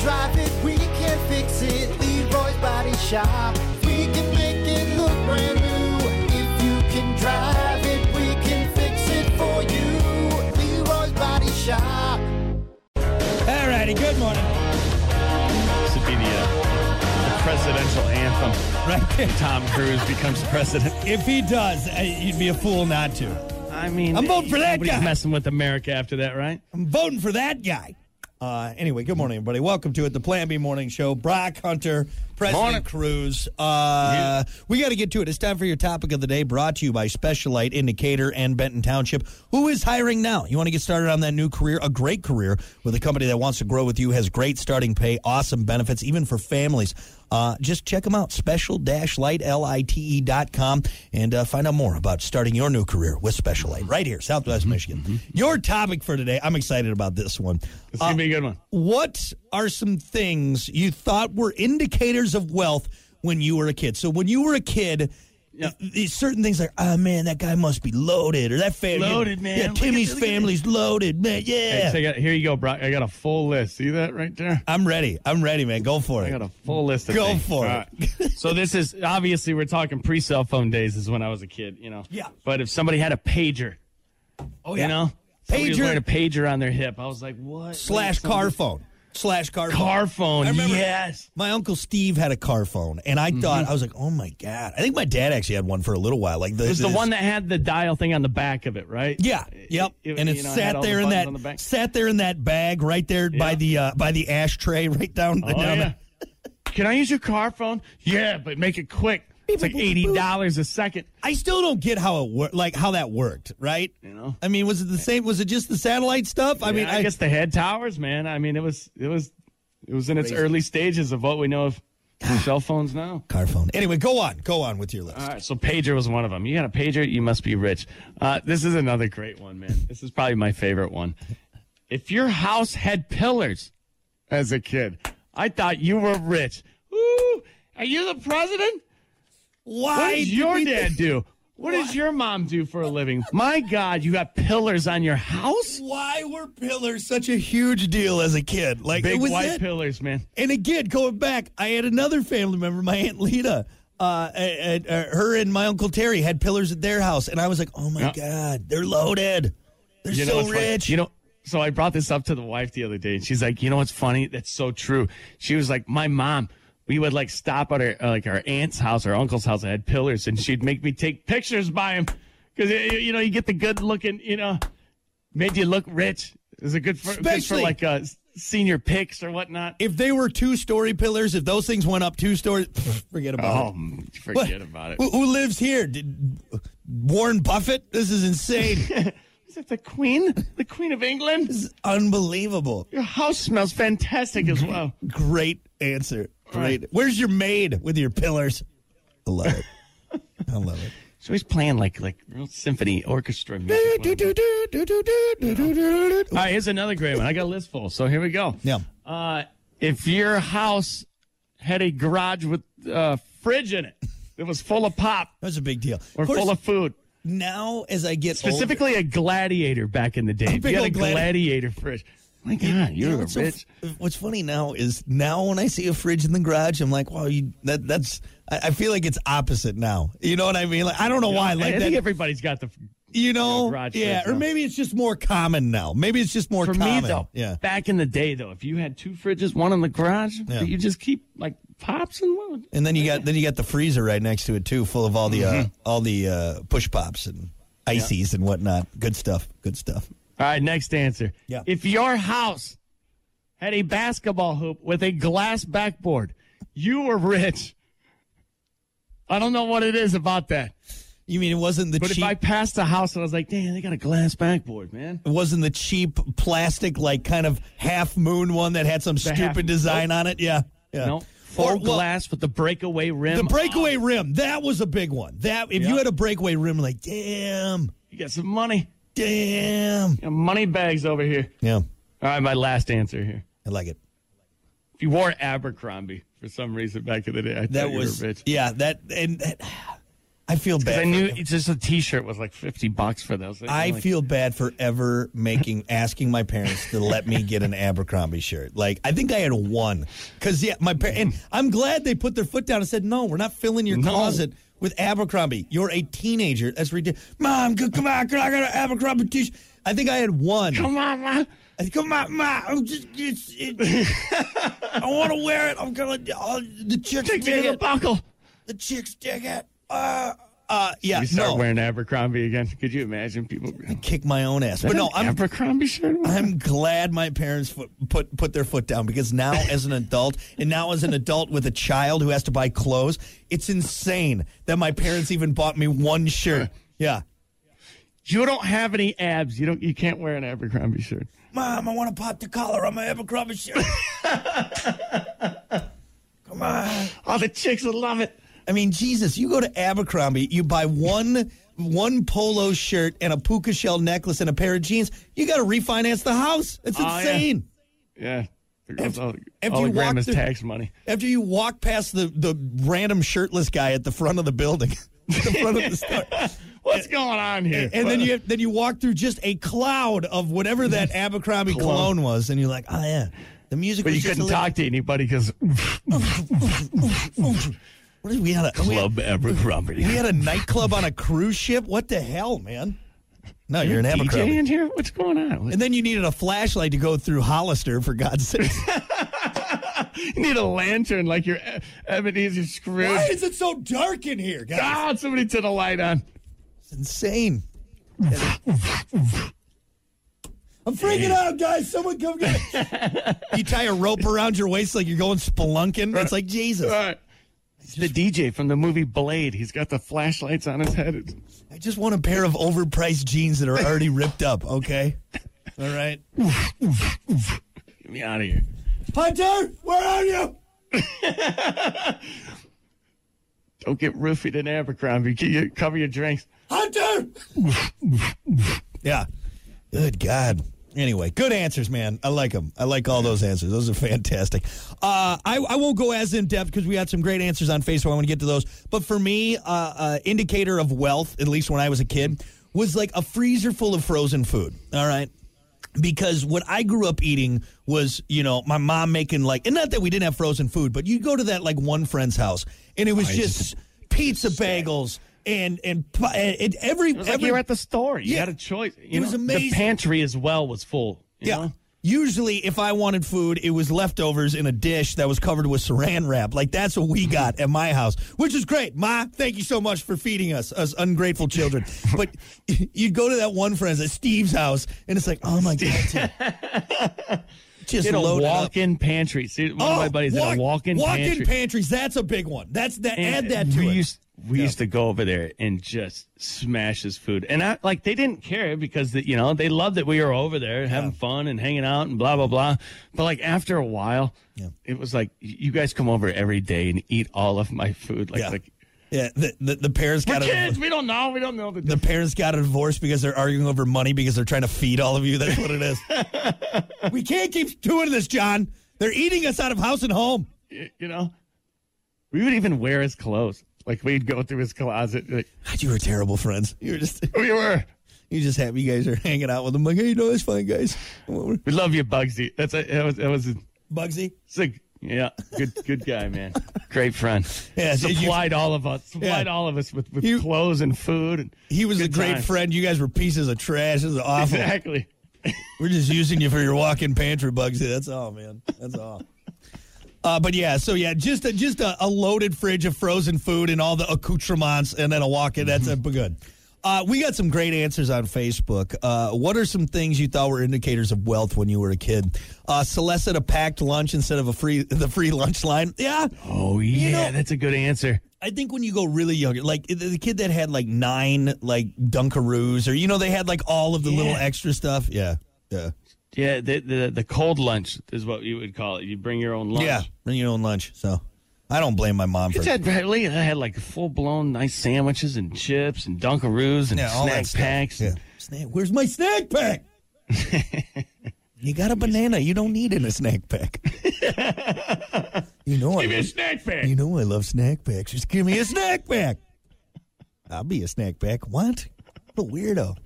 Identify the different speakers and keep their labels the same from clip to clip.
Speaker 1: drive it, we can fix it. Leroy's Body Shop. We can make it look brand new. If you can drive it, we can fix it for you. Leroy's Body Shop.
Speaker 2: All righty, good morning.
Speaker 3: This would be the, uh, the presidential anthem.
Speaker 2: Right there.
Speaker 3: Tom Cruise becomes president.
Speaker 2: If he does, uh, you'd be a fool not to.
Speaker 3: I mean,
Speaker 2: I'm voting for that
Speaker 3: nobody's
Speaker 2: guy.
Speaker 3: messing with America after that, right?
Speaker 2: I'm voting for that guy. Uh, anyway, good morning, everybody. Welcome to it, the Plan B Morning Show. Brock Hunter, President
Speaker 3: Morning.
Speaker 2: Cruz. Uh, We got to get to it. It's time for your topic of the day, brought to you by Specialite Indicator and Benton Township. Who is hiring now? You want to get started on that new career, a great career with a company that wants to grow with you, has great starting pay, awesome benefits, even for families. Uh, just check them out, special-lite.com, and uh, find out more about starting your new career with Special Light right here, Southwest
Speaker 3: Mm-hmm.
Speaker 2: Michigan. Your topic for today, I'm excited about this one.
Speaker 3: It's gonna be a good one.
Speaker 2: What are some things you thought were indicators of wealth when you were a kid? So when you were a kid,
Speaker 3: Yeah.
Speaker 2: th- these certain things like, oh man, that guy must be loaded, or that family
Speaker 3: Loaded, man.
Speaker 2: Yeah,
Speaker 3: Look at
Speaker 2: Timmy's
Speaker 3: this, look at
Speaker 2: family's loaded, man.
Speaker 3: Hey,
Speaker 2: Yeah,
Speaker 3: check out- here you go, Brock. I got a full list. See that right there?
Speaker 2: I'm ready. I'm ready, man. Go for
Speaker 3: I
Speaker 2: it.
Speaker 3: got a full list. Of
Speaker 2: Go
Speaker 3: things.
Speaker 2: for
Speaker 3: All
Speaker 2: it.
Speaker 3: right. so this is obviously we're talking pre-cell phone days. Is when I was a kid, you know.
Speaker 2: Yeah.
Speaker 3: But if somebody had a pager,
Speaker 2: oh
Speaker 3: you know, somebody was
Speaker 2: Pager.
Speaker 3: wearing a pager on their hip, I was like, what?
Speaker 2: slash
Speaker 3: Somebody-
Speaker 2: car phone slash car
Speaker 3: Car phone.
Speaker 2: I remember-
Speaker 3: Yes.
Speaker 2: My uncle Steve had a car phone, and
Speaker 3: Mm-hmm.
Speaker 2: I thought I was like, "Oh my god!" I think my dad actually had one for a little while. Like the,
Speaker 3: It was the one that had the dial thing on the back of it, right?
Speaker 2: Yeah. Yep.
Speaker 3: It-
Speaker 2: and it
Speaker 3: you know, had
Speaker 2: sat
Speaker 3: all the
Speaker 2: there in
Speaker 3: buttons on the
Speaker 2: that
Speaker 3: back.
Speaker 2: sat there in that bag right there by
Speaker 3: Yeah.
Speaker 2: the uh, by the ashtray right down.
Speaker 3: Oh,
Speaker 2: down
Speaker 3: yeah. Can I use your car phone? Yeah, but make it quick. It's like eighty dollars a second.
Speaker 2: I still don't get how it worked, like how that worked, right?
Speaker 3: You know?
Speaker 2: I mean, was it the same? Was it just the satellite stuff? I mean,
Speaker 3: I, guess the head towers, man. I mean, it was it was it was in its early stages of what we know of cell phones now.
Speaker 2: car phone. Anyway, go on, go on with your list.
Speaker 3: All right, so pager was one of them. You got a pager, you must be rich. Uh, this is another great one, man. This is probably my favorite one. If your house had pillars, as a kid, I thought you were rich. Ooh, are you the president?
Speaker 2: Why
Speaker 3: What does
Speaker 2: did
Speaker 3: your
Speaker 2: we-
Speaker 3: dad do? What does your mom do for a living? My God, you got pillars on your house?
Speaker 2: Why were pillars such a huge deal as a kid? Like it
Speaker 3: Big
Speaker 2: was
Speaker 3: white
Speaker 2: it.
Speaker 3: pillars, man.
Speaker 2: And again, going back, I had another family member, my aunt Lita. Uh, and, uh, her and my uncle Terry had pillars at their house, and I was like, "Oh my
Speaker 3: Yeah.
Speaker 2: god, they're loaded. They're
Speaker 3: You know
Speaker 2: so
Speaker 3: what's funny?
Speaker 2: rich."
Speaker 3: You know, so I brought this up to the wife the other day, and she's like, "You know what's funny? That's so true." She was like, "My mom." We would like stop at our like our aunt's house, our uncle's house. that had pillars, and she'd make me take pictures by him because you know you get the good looking, you know, made you look rich. It was a good for, good for
Speaker 2: Especially-
Speaker 3: like uh, senior pics or whatnot.
Speaker 2: if they were two-story pillars, if those things went up two stories, pff, forget about
Speaker 3: Oh,
Speaker 2: it. What-
Speaker 3: forget about it.
Speaker 2: Who, who lives here? Did, Warren Buffett? This is insane.
Speaker 3: Is it the Queen? The Queen of England?
Speaker 2: this is unbelievable.
Speaker 3: Your house smells fantastic as well.
Speaker 2: Great answer. Great. Where's your maid with your pillars? I love it. I love it.
Speaker 3: So he's playing like like real symphony orchestra music. All
Speaker 2: Yeah.
Speaker 3: right, here's another great one. I got a list full, so here we go. Uh, if your house had a garage with uh, fridge in it that was full of pop
Speaker 2: That's a big deal.
Speaker 3: or
Speaker 2: of course,
Speaker 3: full of food,
Speaker 2: now as I get older,
Speaker 3: specifically a gladiator back in the day, if
Speaker 2: big
Speaker 3: you had a
Speaker 2: old gladi-
Speaker 3: gladiator fridge. My God,
Speaker 2: you
Speaker 3: you're
Speaker 2: know,
Speaker 3: a
Speaker 2: what's so
Speaker 3: rich.
Speaker 2: f- what's funny now is now when I see a fridge in the garage, I'm like, wow, you, that that's. I, I feel like it's opposite now. You know what I mean? Like I don't know why. Like
Speaker 3: I
Speaker 2: that,
Speaker 3: think everybody's got the
Speaker 2: you know?
Speaker 3: Yeah, garage
Speaker 2: yeah,
Speaker 3: fridge
Speaker 2: or
Speaker 3: now.
Speaker 2: maybe it's just more common now. Maybe it's just more
Speaker 3: For
Speaker 2: common.
Speaker 3: me though,
Speaker 2: yeah.
Speaker 3: back in the day though, if you had two fridges, one in the garage,
Speaker 2: Yeah.
Speaker 3: that you just keep like pops and what?
Speaker 2: And then you got then you got the freezer right next to it too, full of all the
Speaker 3: Mm-hmm.
Speaker 2: uh, all the uh, push pops and ices and whatnot. Good stuff. Good stuff.
Speaker 3: All right, next answer.
Speaker 2: Yeah.
Speaker 3: If your house had a basketball hoop with a glass backboard, you were rich. I don't know what it is about that,
Speaker 2: You mean it wasn't the
Speaker 3: but
Speaker 2: cheap?
Speaker 3: if I passed a house and I was like, "Damn, they got a glass backboard, man."
Speaker 2: It wasn't the cheap plastic, like kind of half moon one that had some
Speaker 3: half-
Speaker 2: stupid design on it. Yeah. yeah.
Speaker 3: No, full
Speaker 2: Or, well,
Speaker 3: glass with the breakaway rim.
Speaker 2: The breakaway rim. That was a big one. That if you
Speaker 3: Yeah.
Speaker 2: had a breakaway rim, like damn,
Speaker 3: You got some money.
Speaker 2: damn.
Speaker 3: You got money bags over here.
Speaker 2: Yeah,
Speaker 3: All right, my last answer here.
Speaker 2: I like it.
Speaker 3: If you wore Abercrombie for some reason back in the day, I thought
Speaker 2: That
Speaker 3: you
Speaker 2: was
Speaker 3: were rich.
Speaker 2: yeah. That and that, I feel bad.
Speaker 3: Because I
Speaker 2: for
Speaker 3: knew
Speaker 2: him.
Speaker 3: it's just a T-shirt was like fifty bucks for those.
Speaker 2: I
Speaker 3: Like,
Speaker 2: feel bad for ever making asking my parents to let me get an Abercrombie shirt. Like I think I had one because yeah, my parents. And I'm glad they put their foot down and said, "No, we're not filling your
Speaker 3: No.
Speaker 2: closet with Abercrombie. You're a teenager. That's ridiculous." Mom, c- come on, I got an Abercrombie t-shirt. I think I had one.
Speaker 3: come on, Ma.
Speaker 2: I think, Come on, ma, I'm just. It's, it, I want to wear it. I'm gonna. Oh, the chicks
Speaker 3: take me
Speaker 2: dig
Speaker 3: to the
Speaker 2: it.
Speaker 3: buckle.
Speaker 2: The chicks dig it. Uh, uh, yeah.
Speaker 3: You start
Speaker 2: no,
Speaker 3: wearing Abercrombie again. Could you imagine people?
Speaker 2: kick my own ass. But
Speaker 3: An
Speaker 2: no, I'm
Speaker 3: Abercrombie shirt.
Speaker 2: I'm glad my parents foot, put put their foot down because now as an adult and now as an adult with a child who has to buy clothes, it's insane that my parents even bought me one shirt. Yeah.
Speaker 3: you don't have any abs. You don't. You can't wear an Abercrombie shirt.
Speaker 2: Mom, I want to pop the collar on my Abercrombie shirt. Come on.
Speaker 3: Oh, the chicks would love it.
Speaker 2: I mean, Jesus, you go to Abercrombie, you buy one one polo shirt and a puka shell necklace and a pair of jeans, you got to refinance the house. It's
Speaker 3: Oh, yeah.
Speaker 2: insane.
Speaker 3: Yeah. There goes all,
Speaker 2: if
Speaker 3: all
Speaker 2: you
Speaker 3: the
Speaker 2: walked
Speaker 3: grandma's
Speaker 2: through-
Speaker 3: tax money.
Speaker 2: After you walk past the, the random shirtless guy at the front of the building, the front of the store,
Speaker 3: What's going on here?
Speaker 2: and then you then you walk through just a cloud of whatever that Abercrombie
Speaker 3: Cologne.
Speaker 2: cologne, was, and you're like, oh yeah, the music.
Speaker 3: But
Speaker 2: was
Speaker 3: you
Speaker 2: just
Speaker 3: couldn't
Speaker 2: a
Speaker 3: talk to anybody because
Speaker 2: little- What is we had a we had,
Speaker 3: Club Abercrombie.
Speaker 2: we had a nightclub on a cruise ship. What the hell, man? No, you're an
Speaker 3: DJ
Speaker 2: Abercrombie.
Speaker 3: in here? What's going on?
Speaker 2: And then you needed a flashlight to go through Hollister, for God's sake.
Speaker 3: You need a lantern like your E- Ebenezer Scrooge.
Speaker 2: Why is it so dark in here, guys?
Speaker 3: Ah, somebody turn a light on.
Speaker 2: It's insane. I'm freaking out, guys. Someone come get me. you tie a rope around your waist like you're going spelunking. It's like Jesus.
Speaker 3: All right. It's the DJ from the movie Blade. He's got the flashlights on his head. It's-
Speaker 2: I just want a pair of overpriced jeans that are already ripped up, okay? All right.
Speaker 3: Get me out of here.
Speaker 2: Hunter, where are you?
Speaker 3: Don't get roofied in Abercrombie. Can you cover your drinks?
Speaker 2: Hunter! yeah. Good God. Anyway, good answers, man. I like them. I like all those answers. Those are fantastic. Uh, I, I won't go as in depth because we had some great answers on Facebook. I want to get to those. But for me, uh, uh, indicator of wealth, at least when I was a kid, was like a freezer full of frozen food. All right because what I grew up eating was, you know, my mom making like, and not that we didn't have frozen food, but you go to that like one friend's house, and it was just pizza bagels and and, pu- and, and every
Speaker 3: It was like
Speaker 2: every
Speaker 3: you were at the store. You
Speaker 2: Yeah.
Speaker 3: had a choice. You
Speaker 2: It was
Speaker 3: know,
Speaker 2: amazing.
Speaker 3: The pantry as well was full. you
Speaker 2: yeah.
Speaker 3: know?
Speaker 2: Usually, if I wanted food, it was leftovers in a dish that was covered with saran wrap. Like that's what we got at my house, which is great. Ma, thank you so much for feeding us, us ungrateful children. but you'd go to that one friend's at Steve's house, and it's like, oh my god, just
Speaker 3: Did a
Speaker 2: loaded up. Oh,
Speaker 3: walk-in pantry. See, one of my buddies had a walk-in pantry.
Speaker 2: pantries. That's a big one. That's that.
Speaker 3: And
Speaker 2: add that to
Speaker 3: we
Speaker 2: it.
Speaker 3: Used, we
Speaker 2: Yeah.
Speaker 3: used to go over there and just smash his food, and I like they didn't care because the, you know they loved that we were over there having fun and hanging out and blah blah blah. But like after a while,
Speaker 2: Yeah.
Speaker 3: it was like y- you guys come over every day and eat all of my food. Like,
Speaker 2: yeah,
Speaker 3: like
Speaker 2: yeah. The, the, the parents
Speaker 3: we're
Speaker 2: got
Speaker 3: kids,
Speaker 2: a,
Speaker 3: we don't know, we don't know the.
Speaker 2: the parents got a divorce because they're arguing over money because they're trying to feed all of you. That's what it is. we can't keep doing this, John. They're eating us out of house and home.
Speaker 3: you know, we would even wear his clothes. Like we'd go through his closet. Like,
Speaker 2: God, you were terrible friends. You were just
Speaker 3: we were.
Speaker 2: you just happy you guys are hanging out with them. Like, hey, you know, it's fine, guys.
Speaker 3: We love you, Bugsy. That's a, that was that was. A,
Speaker 2: Bugsy.
Speaker 3: It's like, yeah, good, good guy, man. Great friend.
Speaker 2: Yeah, so you-
Speaker 3: supplied all of us, supplied
Speaker 2: Yeah.
Speaker 3: all of us with, with
Speaker 2: You-
Speaker 3: clothes and food. And,
Speaker 2: He was
Speaker 3: Good
Speaker 2: a great
Speaker 3: times.
Speaker 2: friend. You guys were pieces of trash. This is awful.
Speaker 3: exactly.
Speaker 2: We're just using you for your walk-in pantry, Bugsy. That's all, man. That's all. Uh, but yeah, so yeah, just a, just a, a loaded fridge of frozen food and all the accoutrements, and then a walk-in. That's a, good. Uh, we got some great answers on Facebook. Uh, what are some things you thought were indicators of wealth when you were a kid? Uh, Celeste had a packed lunch instead of a free the free lunch line. Yeah,
Speaker 3: Oh yeah,
Speaker 2: know-
Speaker 3: that's a good answer.
Speaker 2: I think when you go really young, like the- the kid that had like nine like Dunkaroos, or you know they had like all of the little
Speaker 3: Yeah.
Speaker 2: extra stuff. Yeah, yeah.
Speaker 3: Yeah, the, the the cold lunch is what you would call it. You bring your own lunch.
Speaker 2: Yeah, bring your own lunch. So I don't blame my mom for
Speaker 3: It's
Speaker 2: it.
Speaker 3: had, I had like full blown nice sandwiches and chips and Dunkaroos and
Speaker 2: Yeah, all that
Speaker 3: snack
Speaker 2: stuff.
Speaker 3: packs.
Speaker 2: Yeah. Snack, where's my snack pack? you got a banana. You don't need in a snack pack. you know I
Speaker 3: Give me a
Speaker 2: love,
Speaker 3: snack pack.
Speaker 2: Mm-hmm. you know I love snack packs. Just give me a snack pack. I'll be a snack pack. What? What a weirdo.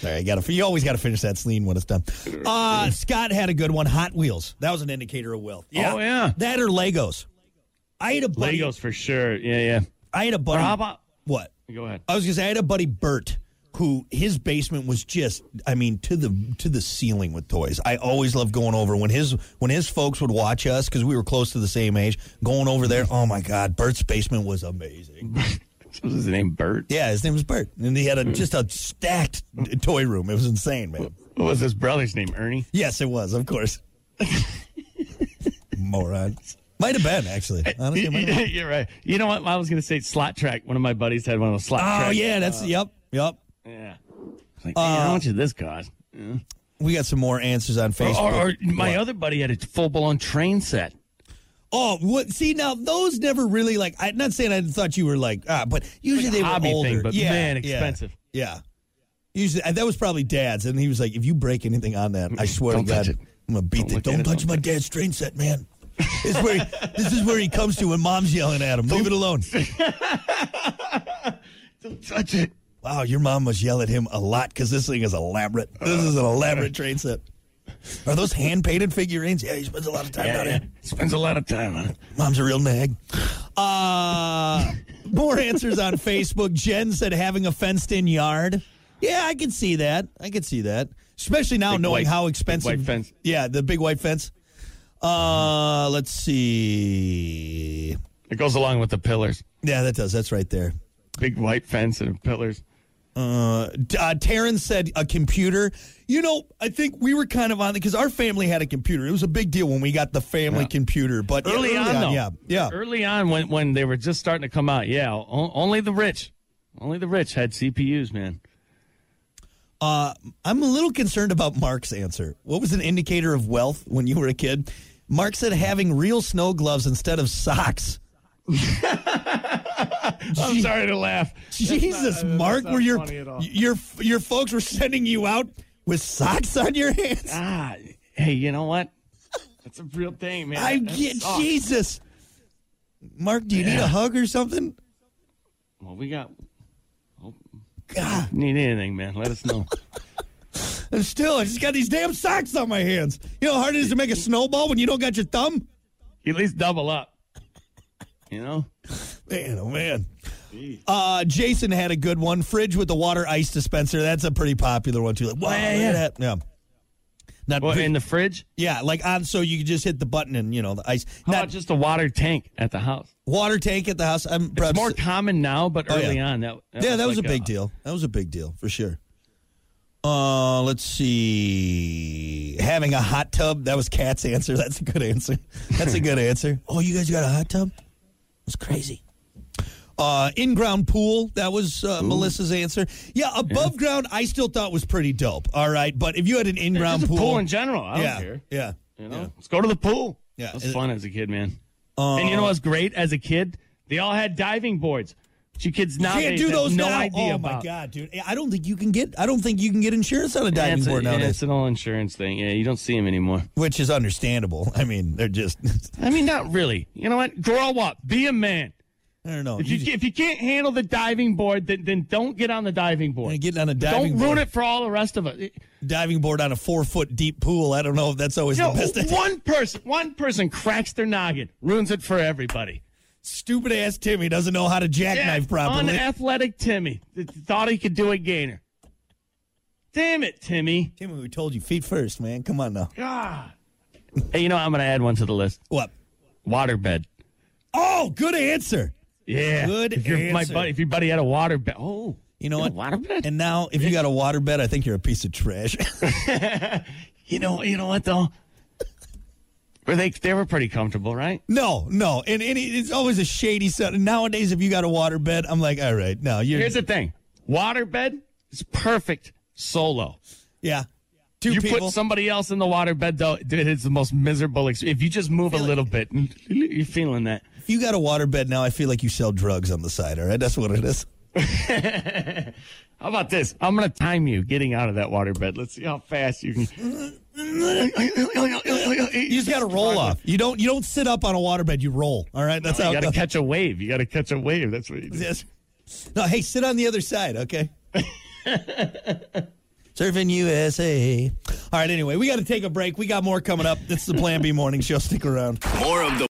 Speaker 2: Sorry, I gotta, you always got to finish that lean when it's done. Uh, Scott had a good one. Hot Wheels. That was an indicator of wealth.
Speaker 3: Oh, yeah.
Speaker 2: That or Legos. I had a buddy.
Speaker 3: Legos for sure. Yeah, yeah.
Speaker 2: I had a
Speaker 3: Or
Speaker 2: buddy.
Speaker 3: how about?
Speaker 2: what?
Speaker 3: Go ahead.
Speaker 2: I was gonna say I had a buddy Bert who his basement was just I mean to the to the ceiling with toys. I always loved going over when his when his folks would watch us because we were close to the same age. Going over there, oh my God, Bert's basement was amazing.
Speaker 3: What was his name? Bert.
Speaker 2: Yeah, his name was Bert, and he had a, just a stacked toy room. It was insane, man.
Speaker 3: What was his brother's name? Ernie.
Speaker 2: Yes, it was, of course. Moron. Might have been actually. Honestly, it might have been.
Speaker 3: You're right. You know what? I was gonna say slot track. One of my buddies had one of those slot.
Speaker 2: Oh
Speaker 3: track.
Speaker 2: yeah, Uh, that's yep, yep.
Speaker 3: Yeah. It's Like, man, how much did this cost?
Speaker 2: We got some more answers on
Speaker 3: Or,
Speaker 2: Facebook.
Speaker 3: or- or my other buddy had a full blown train set.
Speaker 2: Oh, what? See, now those never really like. I'm not saying I thought you were like, ah, but usually
Speaker 3: Like
Speaker 2: they
Speaker 3: a hobby
Speaker 2: were
Speaker 3: thing,
Speaker 2: older.
Speaker 3: but
Speaker 2: yeah,
Speaker 3: man,
Speaker 2: yeah,
Speaker 3: expensive.
Speaker 2: Yeah, usually and that was probably dad's, and he was like, "If you break anything on that, I swear to
Speaker 3: Don't touch
Speaker 2: God,
Speaker 3: it.
Speaker 2: I'm gonna beat
Speaker 3: Don't
Speaker 2: it.
Speaker 3: look
Speaker 2: Don't
Speaker 3: at it,
Speaker 2: touch
Speaker 3: don't
Speaker 2: my dad's train set, man." this is where he, this is where he comes to when mom's yelling at him. Leave it alone.
Speaker 3: Don't touch it.
Speaker 2: Wow, your mom must yell at him a lot because this thing is elaborate. This is an elaborate train set. Are those hand painted figurines? Yeah, he spends a lot of time
Speaker 3: Yeah,
Speaker 2: on
Speaker 3: yeah.
Speaker 2: it.
Speaker 3: Spends a lot of time on it.
Speaker 2: Mom's a real nag. Uh, more answers on Facebook. Jen said having a fenced in yard. Yeah, I can see that. I can see that. Especially now
Speaker 3: Big
Speaker 2: knowing
Speaker 3: white-
Speaker 2: how
Speaker 3: big
Speaker 2: expensive.
Speaker 3: white fence.
Speaker 2: Yeah, the big white fence. Uh, let's see.
Speaker 3: It goes along with the pillars.
Speaker 2: Yeah, that does. That's right there.
Speaker 3: Big white fence and pillars.
Speaker 2: Uh, D- uh, Taryn said a computer. You know, I think we were kind of on because our family had a computer. It was a big deal when we got the family
Speaker 3: Yeah.
Speaker 2: computer. But yeah,
Speaker 3: Early, on, though.
Speaker 2: yeah, yeah.
Speaker 3: Early on, when when they were just starting to come out, yeah. o- only the rich, only the rich had CPUs, man.
Speaker 2: Uh, I'm a little concerned about Mark's answer. What was an indicator of wealth when you were a kid? Mark said having real snow gloves instead of socks.
Speaker 3: I'm sorry to laugh.
Speaker 2: Jesus,
Speaker 3: not-
Speaker 2: Mark,
Speaker 3: that's
Speaker 2: were
Speaker 3: not
Speaker 2: your
Speaker 3: funny at all.
Speaker 2: your your folks were sending you out with socks on your hands?
Speaker 3: Ah, hey, you know what? That's a real thing, man.
Speaker 2: I
Speaker 3: That
Speaker 2: get
Speaker 3: sucks.
Speaker 2: Jesus. Mark, do you need a
Speaker 3: Yeah.
Speaker 2: hug or something?
Speaker 3: Well, we got
Speaker 2: God,
Speaker 3: need anything, man. Let us know.
Speaker 2: I'm still, I just got these damn socks on my hands. You know how hard it is to make a snowball when you don't got your thumb?
Speaker 3: You at least double up. You know?
Speaker 2: Man, oh man. Uh, Jason had a good one. Fridge with the water ice dispenser. That's a pretty popular one too. Like, wow,
Speaker 3: yeah,
Speaker 2: look
Speaker 3: Oh, yeah.
Speaker 2: at that. yeah. Not
Speaker 3: Well,
Speaker 2: big-
Speaker 3: in the fridge?
Speaker 2: yeah, like on. So you could just hit the button and you know the ice.
Speaker 3: How
Speaker 2: Not
Speaker 3: about just a water tank at the house?
Speaker 2: water tank at the house. I'm
Speaker 3: It's
Speaker 2: perhaps-
Speaker 3: more common now, but
Speaker 2: Oh, yeah.
Speaker 3: early on, that,
Speaker 2: yeah, that was
Speaker 3: like
Speaker 2: a big deal. That was a big deal for sure. Uh, let's see. Having a hot tub. That was Kat's answer. That's a good answer. That's a good answer. Oh, you guys got a hot tub? It's crazy. Uh, in-ground pool. That was uh, Melissa's answer. Yeah, above ground. I still thought was pretty dope. All right, but if you had an in-ground
Speaker 3: Just a pool, in general. I don't
Speaker 2: yeah,
Speaker 3: care.
Speaker 2: yeah,
Speaker 3: You know, let's go to the pool.
Speaker 2: Yeah.
Speaker 3: it was
Speaker 2: It- Oh.
Speaker 3: fun as a kid, man. and
Speaker 2: Uh,
Speaker 3: you know what's great? As a kid, they all had diving boards. But you kids now
Speaker 2: Can't do those
Speaker 3: no
Speaker 2: now.
Speaker 3: idea
Speaker 2: oh my
Speaker 3: about.
Speaker 2: god, dude! I don't think you can get. I don't think you can get insurance on a
Speaker 3: Yeah,
Speaker 2: diving
Speaker 3: it's, a-
Speaker 2: board
Speaker 3: yeah,
Speaker 2: nowadays.
Speaker 3: it's an all insurance thing. Yeah, you don't see them anymore.
Speaker 2: which is understandable. I mean, they're just
Speaker 3: I mean, not really. You know what? Grow up. Be a man.
Speaker 2: I don't know.
Speaker 3: If you,
Speaker 2: just-
Speaker 3: if you can't handle the diving board, then, then don't get on the diving board.
Speaker 2: you're getting on a
Speaker 3: don't
Speaker 2: diving
Speaker 3: ruin
Speaker 2: board,
Speaker 3: it for all the rest of us.
Speaker 2: diving board on a four foot deep pool. I don't know if that's always
Speaker 3: No,
Speaker 2: the best.
Speaker 3: one person, one person cracks their noggin, ruins it for everybody.
Speaker 2: Stupid ass Timmy doesn't know how to jackknife properly.
Speaker 3: Unathletic Timmy th- thought he could do a gainer. Damn it, Timmy!
Speaker 2: Timmy, we told you feet first, man. Come on now.
Speaker 3: God. Hey, you know I'm gonna add one to the list.
Speaker 2: What?
Speaker 3: Waterbed.
Speaker 2: Oh, good answer.
Speaker 3: Yeah.
Speaker 2: Good
Speaker 3: If you're my
Speaker 2: answer.
Speaker 3: buddy, if your buddy had a waterbed, oh,
Speaker 2: You know
Speaker 3: got
Speaker 2: what?
Speaker 3: a Waterbed.
Speaker 2: And now, if you got a water bed, I think you're a piece of trash.
Speaker 3: You know, you know what though? Were they they were pretty comfortable, right?
Speaker 2: no, no, and, and it- it's always a shady set. Nowadays, if you got a water bed, I'm like, all right, no, you're
Speaker 3: Here's the thing. Waterbed is perfect solo.
Speaker 2: yeah, two
Speaker 3: You
Speaker 2: people.
Speaker 3: put somebody else in the waterbed though, dude, it's the most miserable experience. If you just move a little bit, you're feeling that.
Speaker 2: if you got a water bed now, I feel like you sell drugs on the side. All right, that's what it is.
Speaker 3: How about this? I'm gonna time you getting out of that waterbed. Let's see how fast you can.
Speaker 2: You
Speaker 3: You
Speaker 2: just got to roll off. You don't. You don't sit up on a waterbed. You roll. All right. That's how.
Speaker 3: gotta catch a wave. You gotta catch a wave. That's what you do.
Speaker 2: Yes. No, hey, sit on the other side, okay? Surfing USA. All right, anyway, we got to take a break. We got more coming up. It's the Plan B Morning Show. Stick around.
Speaker 4: More of the